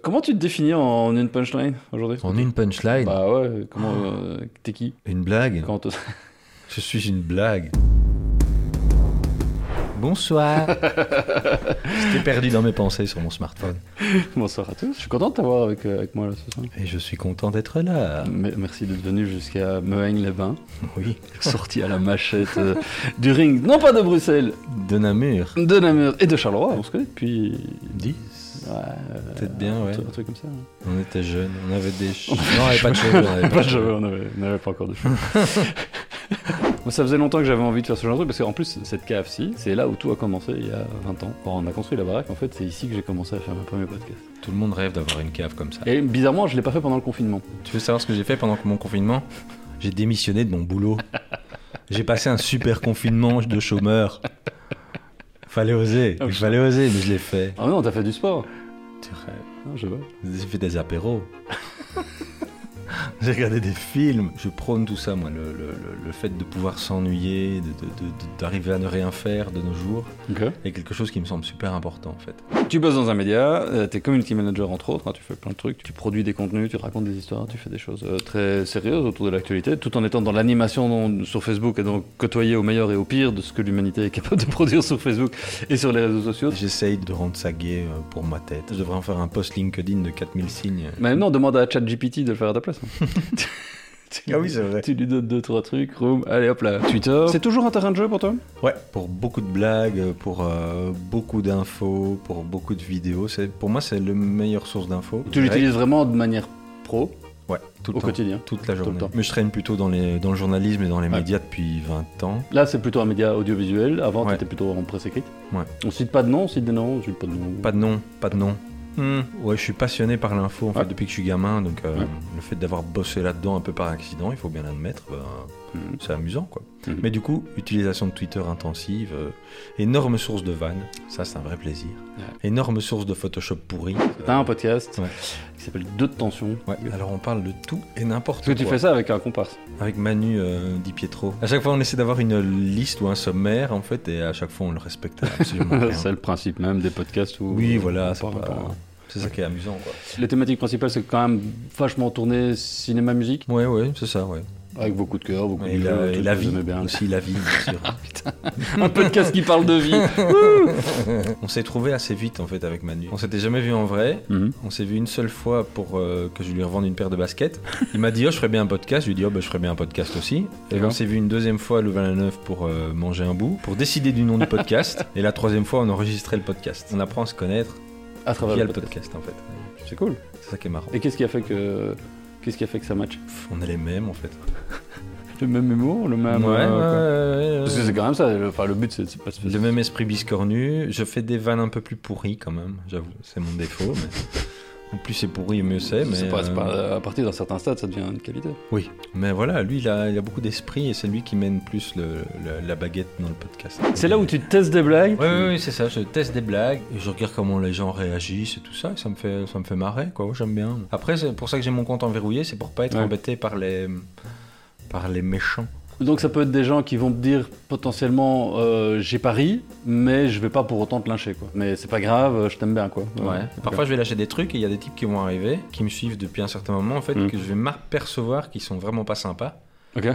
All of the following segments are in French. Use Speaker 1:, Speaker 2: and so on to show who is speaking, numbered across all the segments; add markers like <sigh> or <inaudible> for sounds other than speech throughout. Speaker 1: Comment tu te définis en une punchline aujourd'hui
Speaker 2: En une punchline, Ah.
Speaker 1: Bah ouais, comment. euh, T'es qui
Speaker 2: une blague.
Speaker 1: Quand on te-
Speaker 2: Je suis une blague.
Speaker 1: <laughs>
Speaker 2: Bonsoir. J'étais perdu dans mes pensées sur mon smartphone.
Speaker 1: <laughs> Bonsoir à tous, je suis content de t'avoir avec, euh, avec moi là ce soir. Ah,
Speaker 2: Et je suis content d'être là.
Speaker 1: Me- Merci d'être venu jusqu'à Mehaigne-les-Bains,
Speaker 2: Oui.
Speaker 1: <laughs> sorti à la machette
Speaker 2: <laughs>
Speaker 1: euh, du ring, non pas de Bruxelles,
Speaker 2: De Namur.
Speaker 1: de Namur et de Charleroi. On se connaît depuis.
Speaker 2: 10.
Speaker 1: Ouais, euh,
Speaker 2: Peut-être bien,
Speaker 1: un
Speaker 2: ouais.
Speaker 1: truc- Un truc comme ça. hein.
Speaker 2: On était jeunes. On avait
Speaker 1: <laughs>
Speaker 2: des cheveux. Non, on avait <laughs> pas de cheveux. on avait
Speaker 1: Pas de cheveux, on avait- on n'avait pas encore
Speaker 2: <laughs>
Speaker 1: de cheveux. Moi, ça faisait longtemps que j'avais envie de faire ce genre de truc parce qu'en plus, cette cave-ci, c'est là où tout a commencé il y a 20 ans. Quand on a construit la baraque, en fait, c'est ici que j'ai commencé à faire mes premiers podcasts.
Speaker 2: Tout le monde rêve d'avoir une cave comme ça.
Speaker 1: Et bizarrement, je l'ai pas fait pendant le confinement.
Speaker 2: Tu veux savoir ce que j'ai fait pendant mon confinement J'ai démissionné de mon boulot. J'ai passé un super confinement de chômeur. Fallait oser,
Speaker 1: Oh,
Speaker 2: il fallait oser, mais je l'ai fait.
Speaker 1: Ah non, t'as fait du sport
Speaker 2: Tu rêves.
Speaker 1: Non, je vois.
Speaker 2: J'ai fait des apéros. <laughs> J'ai regardé des films. Je prône tout ça, moi, le, le- le- le fait de pouvoir s'ennuyer, de- de- de- de- d'arriver à ne rien faire de nos jours, est quelque chose qui me semble super important, en fait.
Speaker 1: Tu bosses dans un média, euh, t'es community manager entre autres, hein, tu fais plein de trucs, tu produis des contenus, tu racontes des histoires, tu fais des choses euh, très sérieuses autour de l'actualité, tout en étant dans l'animation dans- sur Facebook et donc côtoyer au meilleur et au pire de ce que l'humanité est capable de <laughs> produire sur Facebook et sur les réseaux sociaux.
Speaker 2: J'essaye de rendre ça gai euh, pour ma tête. Je devrais en faire un post LinkedIn de 4000 signes.
Speaker 1: Mais non, demande à ChatGPT de le faire à ta place. hein.
Speaker 2: Ah oui, c'est vrai.
Speaker 1: Tu lui donnes deux, trois trucs, room, allez hop là, Twitter. C'est toujours un terrain de jeu pour toi
Speaker 2: Ouais, pour beaucoup de blagues, pour euh, beaucoup d'infos, pour beaucoup de vidéos. C'est, pour moi, c'est la meilleure source d'infos.
Speaker 1: Tu l'utilises vraiment de manière pro,
Speaker 2: Ouais, tout le
Speaker 1: au
Speaker 2: temps.
Speaker 1: quotidien
Speaker 2: Toute la
Speaker 1: le
Speaker 2: journée.
Speaker 1: temps.
Speaker 2: Mais je traîne plutôt dans, les, dans le journalisme et dans les
Speaker 1: Ouais.
Speaker 2: médias depuis 20 ans.
Speaker 1: Là, c'est plutôt un média audiovisuel. Avant,
Speaker 2: Ouais.
Speaker 1: t'étais plutôt en presse écrite.
Speaker 2: Ouais.
Speaker 1: On cite pas de nom, on cite des noms, on cite pas de nom.
Speaker 2: Pas de nom, pas de nom. Hmm, Ouais, je suis passionné par l'info en fait
Speaker 1: Ouais.
Speaker 2: depuis que je suis gamin. Donc euh,
Speaker 1: Ouais.
Speaker 2: le fait d'avoir bossé là-dedans un peu par accident, il faut bien l'admettre, ben,
Speaker 1: Mhm.
Speaker 2: c'est amusant quoi.
Speaker 1: Mhm.
Speaker 2: Mais du coup, utilisation de Twitter intensive, euh, énorme source de vannes, ça c'est un vrai plaisir.
Speaker 1: Ouais.
Speaker 2: Énorme source de Photoshop pourri.
Speaker 1: T'as un podcast
Speaker 2: Ouais.
Speaker 1: qui s'appelle Deux de tension.
Speaker 2: Ouais, alors on parle de tout et n'importe
Speaker 1: Parce que tu
Speaker 2: quoi.
Speaker 1: fais ça avec un comparse.
Speaker 2: Avec Manu euh, Di Pietro. À chaque fois, on essaie d'avoir une liste ou un sommaire, en fait, et à chaque fois, on le respecte
Speaker 1: <laughs>
Speaker 2: absolument rien.
Speaker 1: c'est le principe même des podcasts où.
Speaker 2: hein. Oui, voilà,
Speaker 1: on
Speaker 2: c'est
Speaker 1: parle,
Speaker 2: pas-
Speaker 1: on parle.
Speaker 2: C'est ça qui est amusant, quoi.
Speaker 1: Les thématiques principales, c'est quand même vachement tourné cinéma-musique,
Speaker 2: Ouais, ouais, c'est ça, ouais.
Speaker 1: avec vos coups de cœur, vos coups
Speaker 2: Et,
Speaker 1: de
Speaker 2: la,
Speaker 1: gueule,
Speaker 2: et
Speaker 1: tout
Speaker 2: la
Speaker 1: ce que
Speaker 2: vie,
Speaker 1: vous aimez bien.
Speaker 2: aussi la vie, bien sûr.
Speaker 1: un podcast qui parle de vie.
Speaker 2: <laughs> on s'est trouvé assez vite, en fait, avec Manu. On s'était jamais vu en vrai.
Speaker 1: Mhm.
Speaker 2: On s'est vu une seule fois pour euh, que je lui revende une paire de baskets. Il m'a dit, oh, je ferais bien un podcast. Je lui ai dit, oh, bah, je ferais bien un podcast aussi. Et
Speaker 1: D'accord.
Speaker 2: on s'est vu une deuxième fois le 29 pour euh, manger un bout, pour décider du nom du podcast. Et la troisième fois, on enregistrait le podcast. On apprend à se connaître
Speaker 1: À travers
Speaker 2: via
Speaker 1: le
Speaker 2: le
Speaker 1: podcast.
Speaker 2: podcast, en fait.
Speaker 1: C'est cool.
Speaker 2: C'est ça qui est marrant.
Speaker 1: Et qu'est-ce qui a fait que. Qu'est-ce qui a fait que ça match
Speaker 2: Pff, on est les mêmes, en fait.
Speaker 1: Le même humour, le même.
Speaker 2: Ah, Ouais,
Speaker 1: euh, quoi.
Speaker 2: ouais, ouais,
Speaker 1: Parce que
Speaker 2: ouais.
Speaker 1: c'est quand même ça, le, enfin, le but c'est c'est pas de se
Speaker 2: Le même esprit biscornu. Je fais des vannes un peu plus pourries, quand même. J'avoue, c'est mon défaut. Mais... En plus, c'est pourri, mieux c'est. Mais
Speaker 1: C'est pas- c'est
Speaker 2: euh,
Speaker 1: pas- à partir d'un certain stade, ça devient une qualité.
Speaker 2: Oui, mais voilà, lui, il a, il a beaucoup d'esprit et c'est lui qui mène plus le- le- la baguette dans le podcast.
Speaker 1: C'est là où tu testes des blagues.
Speaker 2: Ouais, ouais, ouais, c'est ça, je teste des blagues, et je regarde comment les gens réagissent et tout ça, et ça me fait, ça me fait marrer, quoi, ouais, j'aime bien. Après, c'est pour ça que j'ai mon compte enverrouillé, c'est pour pas être
Speaker 1: Ouais.
Speaker 2: embêté par les, par les méchants.
Speaker 1: Donc ça peut être des gens qui vont me dire potentiellement euh, j'ai pas ri, mais je vais pas pour autant te lyncher quoi. Mais c'est pas grave, euh, je t'aime bien quoi.
Speaker 2: Ouais.
Speaker 1: Ok.
Speaker 2: Parfois, je vais lâcher des trucs et il y a des types qui vont arriver, qui me suivent depuis un certain moment, en fait,
Speaker 1: Mm.
Speaker 2: que je vais m'apercevoir qu'ils sont vraiment pas sympas.
Speaker 1: Ok.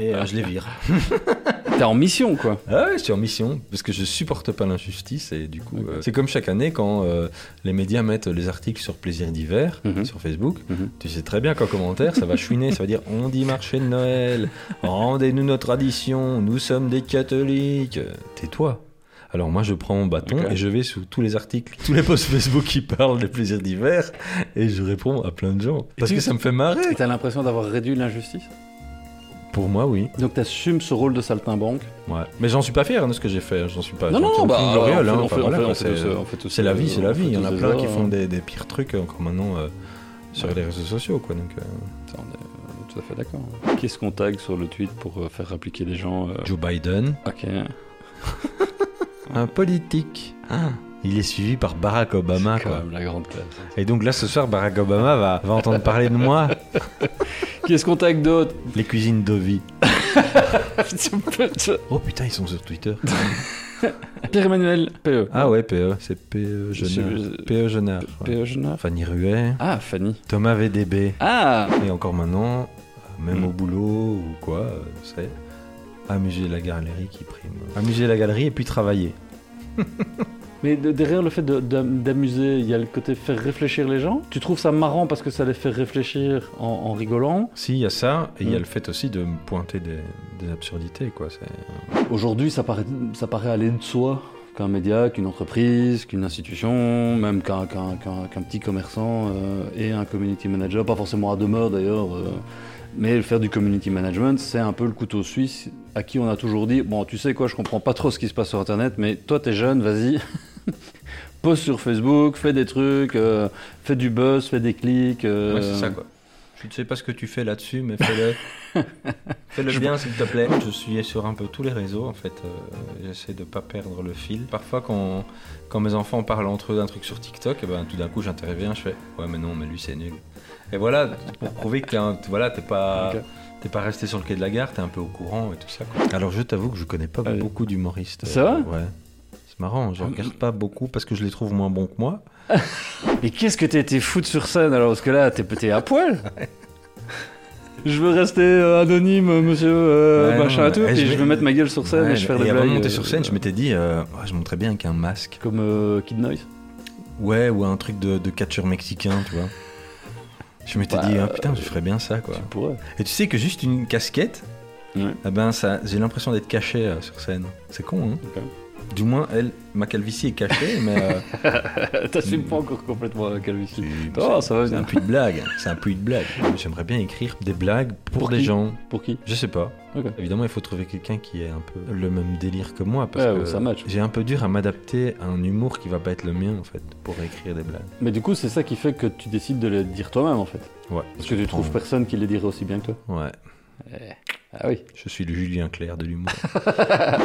Speaker 2: Et euh, je les vire.
Speaker 1: Euh, T'es en mission quoi.
Speaker 2: Ah ouais, je suis en mission, parce que je supporte pas l'injustice et du coup,
Speaker 1: Ok.
Speaker 2: euh, c'est comme chaque année quand euh, les médias mettent les articles sur plaisir d'hiver,
Speaker 1: Mhm.
Speaker 2: sur Facebook,
Speaker 1: Mhm.
Speaker 2: tu sais très bien qu'en commentaire, ça va chouiner, ça va dire on dit marché de Noël, rendez-nous nos traditions, nous sommes des catholiques. Euh, Tais-toi. Alors moi, je prends mon bâton
Speaker 1: Ok.
Speaker 2: et je vais sous tous les articles, tous les posts Facebook qui parlent des plaisirs d'hiver et je réponds à plein de gens. Parce
Speaker 1: tu-
Speaker 2: que ça me fait marrer.
Speaker 1: Et t'as l'impression d'avoir réduit l'injustice.
Speaker 2: Pour moi, oui.
Speaker 1: Donc t'assumes ce rôle de saltimbanque.
Speaker 2: Ouais. Mais j'en suis pas fier hein, de ce que j'ai fait. J'en suis pas.
Speaker 1: non
Speaker 2: j'en
Speaker 1: non
Speaker 2: tire
Speaker 1: bah
Speaker 2: aucune
Speaker 1: alors,
Speaker 2: gloriole, hein.
Speaker 1: on
Speaker 2: Enfin,
Speaker 1: fait- on
Speaker 2: voilà,
Speaker 1: fait- on
Speaker 2: quoi,
Speaker 1: fait tous,
Speaker 2: c'est-
Speaker 1: euh, on fait tous,
Speaker 2: C'est la vie, c'est la
Speaker 1: on
Speaker 2: vie.
Speaker 1: fait
Speaker 2: Il y en a
Speaker 1: tous des
Speaker 2: plein qui
Speaker 1: erreurs,
Speaker 2: font
Speaker 1: hein.
Speaker 2: des, des pires trucs encore maintenant euh, sur les réseaux sociaux, quoi. Donc, euh,
Speaker 1: Ça, on est euh, tout à fait d'accord. Qu'est-ce qu'on tag sur le tweet pour euh, faire appliquer les gens euh,
Speaker 2: Joe Biden,
Speaker 1: Ok.
Speaker 2: un politique. Ah. Il est suivi par Barack Obama,
Speaker 1: Quand
Speaker 2: quoi.
Speaker 1: même la grande classe.
Speaker 2: Et donc là, ce soir, Barack Obama va, va entendre parler
Speaker 1: <laughs>
Speaker 2: de moi,
Speaker 1: Qu'est-ce qu'on tag d'autre <laughs>
Speaker 2: les cuisines d'Ovi.
Speaker 1: Tu peux- tu-
Speaker 2: Oh putain, ils sont sur Twitter.
Speaker 1: Pierre-Emmanuel PE.
Speaker 2: Ah ouais, PE, c'est E PE Jenner.
Speaker 1: Je-
Speaker 2: PE Jenner. ouais.
Speaker 1: PE Genève.
Speaker 2: Fanny Ruet,
Speaker 1: Ah, Fanny.
Speaker 2: Thomas VDB.
Speaker 1: Ah
Speaker 2: Et encore maintenant, euh, même
Speaker 1: Mm.
Speaker 2: au boulot ou quoi, euh, c'est amuser la galerie qui prime. Amuser la galerie et puis travailler.
Speaker 1: Mais de- derrière le fait de- d'am- d'amuser, il y a le côté faire réfléchir les gens. Tu trouves ça marrant parce que ça les fait réfléchir en, en rigolant.
Speaker 2: Si, il y a ça, et il y a
Speaker 1: Mm.
Speaker 2: le fait aussi de me pointer des, des absurdités, quoi. c'est-
Speaker 1: Aujourd'hui, ça paraît, ça paraît aller de soi qu'un média, qu'une entreprise, qu'une institution, même qu'un qu'un- qu'un- qu'un petit commerçant euh, et un community manager, pas forcément à demeure d'ailleurs, euh, mais faire du community management, c'est un peu le couteau suisse à qui on a toujours dit, bon tu sais quoi, je comprends pas trop ce qui se passe sur Internet, mais toi t'es jeune, vas-y, <laughs> poste sur Facebook, fais des trucs, euh, fais du buzz, fais des clics. euh,
Speaker 2: Ouais, c'est ça, quoi. Je ne sais pas ce que tu fais là-dessus, mais fais-le.
Speaker 1: <laughs>
Speaker 2: fais-le
Speaker 1: Je-
Speaker 2: bien, s'il te plaît. Je suis sur un peu tous les réseaux, en fait. euh, J'essaie de ne pas perdre le fil. Parfois, quand, quand mes enfants parlent entre eux d'un truc sur TikTok, eh ben, tout d'un coup, j'interviens, je fais Ouais, mais non, mais lui, c'est nul. Et voilà, pour prouver que tu voilà, t'es pas.
Speaker 1: Ok.
Speaker 2: T'es pas resté sur le quai de la gare, t'es un peu au courant et tout ça. quoi. Alors je t'avoue que je connais pas
Speaker 1: Allez.
Speaker 2: beaucoup d'humoristes.
Speaker 1: Ça
Speaker 2: euh, Ouais. C'est marrant,
Speaker 1: Ah,
Speaker 2: je regarde pas beaucoup parce que je les trouve moins bons que moi.
Speaker 1: Mais qu'est-ce que t'as été foutre sur scène alors Parce que là, t'es t'es à poil <laughs> Je veux rester euh, anonyme, euh, monsieur euh,
Speaker 2: Ouais,
Speaker 1: machin
Speaker 2: non,
Speaker 1: à tout,
Speaker 2: ouais,
Speaker 1: et
Speaker 2: je
Speaker 1: je
Speaker 2: vais-
Speaker 1: veux mettre ma gueule sur scène et
Speaker 2: Ouais,
Speaker 1: je faire des
Speaker 2: et
Speaker 1: blagues.
Speaker 2: avant de monter sur
Speaker 1: euh,
Speaker 2: scène, je m'étais dit, euh, Ouais, je montrais bien avec un masque.
Speaker 1: Comme euh, Kid Noise.
Speaker 2: Ouais, ou un truc de, de catcheur mexicain, tu vois. Je m'étais
Speaker 1: Bah,
Speaker 2: dit, ah putain, je ferais bien ça, quoi.
Speaker 1: Tu pourrais.
Speaker 2: Et tu sais que juste une casquette,
Speaker 1: Ouais.
Speaker 2: ah ben ça, j'ai l'impression d'être caché euh, sur scène. C'est con, hein Du moins, elle, ma calvitie est cachée, mais...
Speaker 1: <laughs>
Speaker 2: euh,
Speaker 1: <laughs> T'assumes pas encore complètement euh, la calvitie.
Speaker 2: c'est-
Speaker 1: Oh, ça va
Speaker 2: c'est un
Speaker 1: bien.
Speaker 2: puits de blague, hein. c'est un puits de blague. J'aimerais bien écrire des blagues pour,
Speaker 1: Pour
Speaker 2: des
Speaker 1: qui
Speaker 2: gens.
Speaker 1: Pour qui
Speaker 2: Je sais pas.
Speaker 1: Ok.
Speaker 2: Évidemment, il faut trouver quelqu'un qui ait un peu le même délire que moi, parce
Speaker 1: Ouais,
Speaker 2: que
Speaker 1: ça <laughs> match.
Speaker 2: j'ai un peu dur à m'adapter à un humour qui va pas être le mien, en fait, pour écrire des blagues.
Speaker 1: Mais du coup, c'est ça qui fait que tu décides de les dire toi-même en fait.
Speaker 2: Ouais.
Speaker 1: Parce que tu trouves personne qui les dirait aussi bien que toi.
Speaker 2: Ouais.
Speaker 1: Oh. Ah oui.
Speaker 2: Je suis le Julien Clerc de
Speaker 1: <laughs>
Speaker 2: l'humour.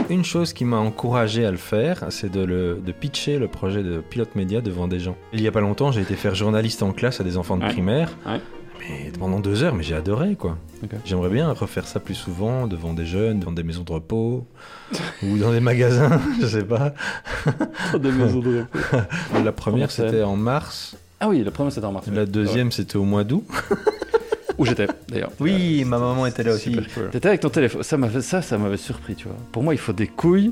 Speaker 2: Une chose qui m'a encouragé à le faire, c'est de, le- de pitcher le projet de pilote média devant des gens. Il y a pas longtemps, j'ai été faire journaliste en classe à des enfants de
Speaker 1: Ouais.
Speaker 2: primaire.
Speaker 1: Ouais.
Speaker 2: Mais pendant deux heures, mais j'ai adoré quoi.
Speaker 1: Ok.
Speaker 2: J'aimerais bien refaire ça plus souvent devant des jeunes, devant des maisons de repos <laughs> ou dans des magasins, <laughs> je sais pas.
Speaker 1: Des maisons <laughs> de repos.
Speaker 2: La première
Speaker 1: Comment ça
Speaker 2: c'était en mars,
Speaker 1: Ah oui, la première c'était en mars.
Speaker 2: la deuxième c'était au mois d'août.
Speaker 1: Ouais. Où j'étais d'ailleurs.
Speaker 2: Oui, ma maman était là
Speaker 1: aussi. T'étais avec ton téléphone. Ça m'avait ça, ça m'avait surpris, tu vois. Pour moi, il faut des couilles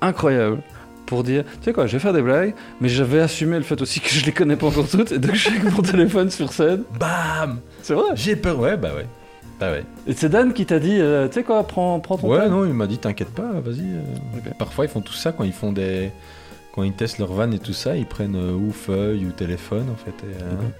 Speaker 1: incroyables pour dire, tu sais quoi, je vais faire des blagues, mais j'avais assumé le fait aussi que je les connais pas encore toutes, et donc j'ai avec mon téléphone sur scène.
Speaker 2: Bam
Speaker 1: C'est vrai.
Speaker 2: J'ai peur, ouais, bah ouais. Bah ouais.
Speaker 1: Et c'est Dan qui t'a dit, euh, tu sais quoi, prends, prends ton
Speaker 2: Ouais,
Speaker 1: téléphone.
Speaker 2: non, il m'a dit t'inquiète pas, vas-y. euh.
Speaker 1: Ok.
Speaker 2: Parfois ils font tout ça quand ils font des. Quand ils testent leur van et tout ça, ils prennent euh, ou feuille ou téléphone en fait. et, euh,
Speaker 1: Mhm.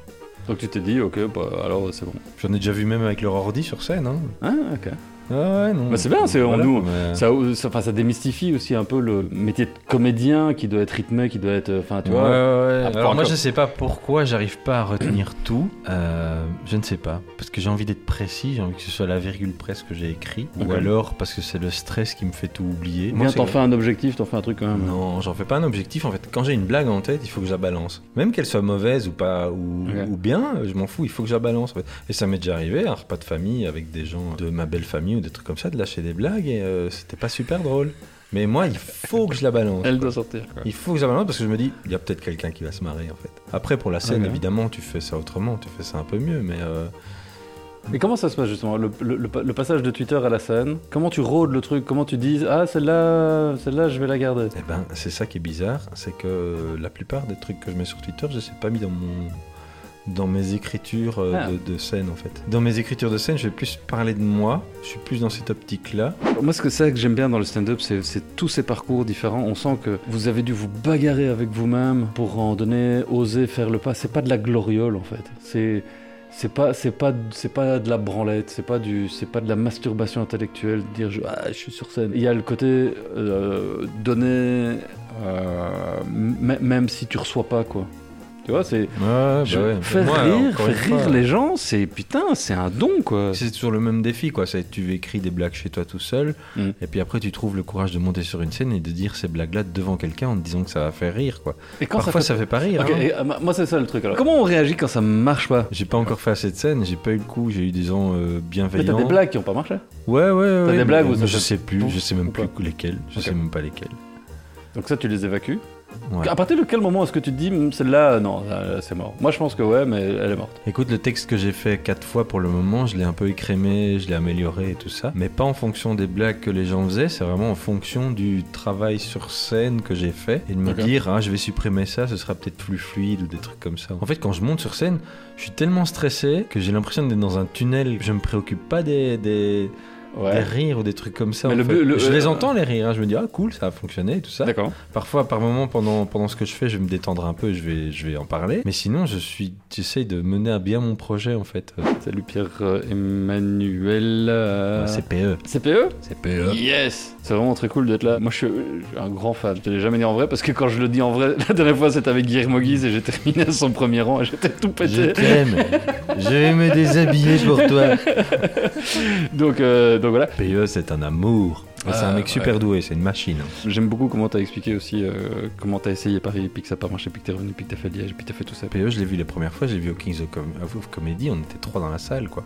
Speaker 1: Donc tu t'es dit, ok, bah, alors c'est bon.
Speaker 2: J'en ai déjà vu même avec leur ordi sur scène. Hein.
Speaker 1: Ah, ok.
Speaker 2: Ah ouais, non.
Speaker 1: Bah, c'est bien, c'est- nous,
Speaker 2: mais-
Speaker 1: Ça, ça, enfin, ça démystifie aussi un peu le métier de comédien qui doit être rythmé, qui doit être, euh, enfin, tu
Speaker 2: Ouais, ouais,
Speaker 1: vois.
Speaker 2: ouais.
Speaker 1: Ah,
Speaker 2: Alors moi
Speaker 1: encore.
Speaker 2: je sais pas pourquoi j'arrive pas à retenir tout. Euh, je ne sais pas. Parce que j'ai envie d'être précis, j'ai envie que ce soit la virgule près ce que j'ai écrit.
Speaker 1: Ok.
Speaker 2: Ou alors parce que c'est le stress qui me fait tout oublier. Moi,
Speaker 1: Viens,
Speaker 2: c'est-
Speaker 1: t'en fais un objectif, t'en fais un truc quand même.
Speaker 2: Non, j'en fais pas un objectif. En fait, quand j'ai une blague en tête, il faut que je la balance. Même qu'elle soit mauvaise ou pas ou,
Speaker 1: Ouais.
Speaker 2: ou bien, je m'en fous. Il faut que je la balance. en fait. Et ça m'est déjà arrivé un repas de famille avec des gens de ma belle famille ou des trucs comme ça, de lâcher des blagues et euh, c'était pas super drôle. Mais moi, il faut que je la balance.
Speaker 1: Elle
Speaker 2: quoi.
Speaker 1: doit sortir. quoi.
Speaker 2: Il faut que je la balance parce que je me dis, il y a peut-être quelqu'un qui va se marrer en fait. Après, pour la scène,
Speaker 1: Ouais.
Speaker 2: évidemment, tu fais ça autrement, tu fais ça un peu mieux, mais euh,
Speaker 1: Mais comment ça se passe justement, le, le- le pa- le passage de Twitter à la scène Comment tu rôdes le truc Comment tu dis Ah, celle-là, celle-là, je vais la garder
Speaker 2: Eh ben, c'est ça qui est bizarre, c'est que euh, la plupart des trucs que je mets sur Twitter, je ne les ai pas mis dans mon dans mes écritures euh,
Speaker 1: Ah.
Speaker 2: de, de scène en fait. Dans mes écritures de scène, je vais plus parler de moi, je suis plus dans cette optique-là.
Speaker 1: Moi, ce que c'est que j'aime bien dans le stand-up, c'est c'est tous ces parcours différents. On sent que vous avez dû vous bagarrer avec vous-même pour en donner, oser faire le pas. C'est pas de la gloriole en fait. C'est. C'est pas, c'est pas, c'est pas de la branlette, c'est pas du, c'est pas de la masturbation intellectuelle, de dire je, ah, je suis sur scène. Il y a le côté euh, donner, euh, m- même si tu reçois pas quoi. Tu vois, c'est,
Speaker 2: Ouais,
Speaker 1: Je-
Speaker 2: bah ouais.
Speaker 1: Faire
Speaker 2: Moi,
Speaker 1: rire,
Speaker 2: encore une
Speaker 1: faire rire
Speaker 2: fois,
Speaker 1: les gens, c'est putain, c'est un don quoi.
Speaker 2: C'est toujours le même défi quoi, c'est tu écris des blagues chez toi tout seul
Speaker 1: Mm.
Speaker 2: et puis après tu trouves le courage de monter sur une scène et de dire ces blagues-là devant quelqu'un en te disant que ça va faire rire quoi.
Speaker 1: Et quand
Speaker 2: Parfois
Speaker 1: ça
Speaker 2: ça fait, pas
Speaker 1: fait...
Speaker 2: rire.
Speaker 1: Ok,
Speaker 2: hein.
Speaker 1: et, euh, ma- moi c'est ça le truc alors. Comment on réagit quand ça marche pas
Speaker 2: J'ai pas encore fait assez de scènes, j'ai pas eu le coup, j'ai eu des gens euh,
Speaker 1: Mais
Speaker 2: bienveillants.
Speaker 1: T'as des blagues qui ont pas marché
Speaker 2: Ouais, ouais, ouais.
Speaker 1: des
Speaker 2: mais-
Speaker 1: blagues ou ça
Speaker 2: mais Je
Speaker 1: fait
Speaker 2: sais plus,
Speaker 1: pouf
Speaker 2: je sais même
Speaker 1: ou pas
Speaker 2: plus lesquelles, je
Speaker 1: Ok.
Speaker 2: sais même pas lesquelles.
Speaker 1: Donc ça, tu les évacues.
Speaker 2: Ouais.
Speaker 1: À partir de quel moment est-ce que tu te dis, Hum, celle-là, euh, non, euh, c'est mort Moi, je pense que ouais, mais elle est morte.
Speaker 2: Écoute, le texte que j'ai fait quatre fois pour le moment, je l'ai un peu écrémé, je l'ai amélioré et tout ça. Mais pas en fonction des blagues que les gens faisaient, c'est vraiment en fonction du travail sur scène que j'ai fait. Et de me
Speaker 1: Ok.
Speaker 2: dire, ah, je vais supprimer ça, ce sera peut-être plus fluide ou des trucs comme ça. En fait, quand je monte sur scène, je suis tellement stressé que j'ai l'impression d'être dans un tunnel. Je me préoccupe pas des, des, des
Speaker 1: Ouais.
Speaker 2: rires ou des trucs comme ça.
Speaker 1: Mais
Speaker 2: en
Speaker 1: le
Speaker 2: fait.
Speaker 1: but- le-
Speaker 2: je les
Speaker 1: euh,
Speaker 2: entends, les rires. hein. Je me dis, ah, cool, ça a fonctionné et tout ça.
Speaker 1: D'accord.
Speaker 2: Parfois, par moment, pendant, pendant ce que je fais, je vais me détendre un peu, je vais, je vais en parler. Mais sinon, je suis, j'essaye de mener à bien mon projet, en fait. Euh,
Speaker 1: Salut Pierre-Emmanuel. Ah. euh,
Speaker 2: CPE.
Speaker 1: CPE
Speaker 2: CPE.
Speaker 1: E? Yes C'est vraiment très cool d'être là. Moi, je suis je suis un grand fan. Je te l'ai jamais dit en vrai parce que quand je le dis en vrai, <laughs> la dernière fois, c'était avec Guillermo Guise et j'ai terminé à son premier rang et j'étais tout
Speaker 2: Je
Speaker 1: pété.
Speaker 2: t'aime. je vais me déshabiller pour
Speaker 1: <laughs>
Speaker 2: toi.
Speaker 1: Donc, euh, donc voilà.
Speaker 2: CPE, c'est un amour.
Speaker 1: Ah,
Speaker 2: c'est un mec
Speaker 1: ouais.
Speaker 2: super doué, c'est une machine.
Speaker 1: J'aime beaucoup comment t'as expliqué aussi euh, comment t'as essayé Paris, puis que ça n'a pas marché, puis que t'es revenu, puis que t'as fait Liège, puis que t'as fait tout ça.
Speaker 2: CPE, E, je l'ai vu la première fois, j'ai vu au Kings of, Com- of Comedy, on était trois dans la salle, quoi.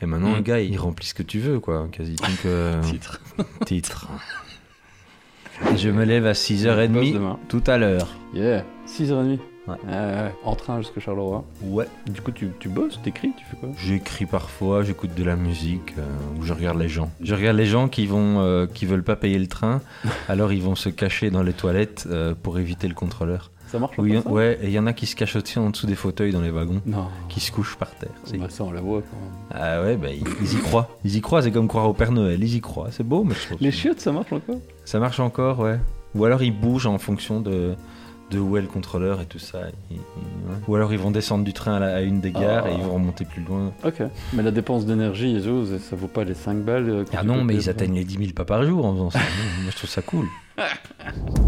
Speaker 2: Et maintenant,
Speaker 1: Mm.
Speaker 2: le gars, il remplit ce que tu veux, quoi, quasi. Donc, euh,
Speaker 1: <laughs> Titre.
Speaker 2: titre. Je me lève à
Speaker 1: Boss
Speaker 2: 6h30
Speaker 1: demain.
Speaker 2: tout à l'heure.
Speaker 1: Yeah. 6h30.
Speaker 2: Ouais.
Speaker 1: En train jusqu'à Charleroi.
Speaker 2: Ouais.
Speaker 1: Du coup, tu, tu bosses, t'écris, tu fais quoi
Speaker 2: J'écris parfois, j'écoute de la musique euh, ou je regarde les gens. Je regarde les gens qui vont, euh, qui veulent pas payer le <laughs> train, alors ils vont se cacher dans les toilettes euh, pour éviter le contrôleur.
Speaker 1: Ça marche
Speaker 2: Ou il y en-
Speaker 1: pas, ça
Speaker 2: ouais, et il y en a qui se cachent aussi en dessous des fauteuils dans les wagons,
Speaker 1: Non.
Speaker 2: qui se couchent par terre. c'est-
Speaker 1: Bah, ça, on la voit quand même.
Speaker 2: Ah ouais, bah, ils, ils y croient. Ils y croient, c'est comme croire au Père Noël. Ils y croient, c'est beau, mais je trouve
Speaker 1: Les
Speaker 2: ça-
Speaker 1: chiottes, ça marche encore
Speaker 2: Ça marche encore, ouais. Ou alors ils bougent en fonction de, de où est le contrôleur et tout ça. Ils- ils- ouais. Ou alors ils vont descendre du train à, la- à une des gares
Speaker 1: Ah.
Speaker 2: et ils vont remonter plus loin.
Speaker 1: Ok. Mais la dépense d'énergie, et tout, ça- ça vaut pas les 5 balles. euh, que
Speaker 2: Ah
Speaker 1: tu
Speaker 2: non,
Speaker 1: peux
Speaker 2: mais
Speaker 1: payer
Speaker 2: ils
Speaker 1: pour-
Speaker 2: atteignent les 10 000 pas par jour en faisant ça. Moi, je trouve ça cool.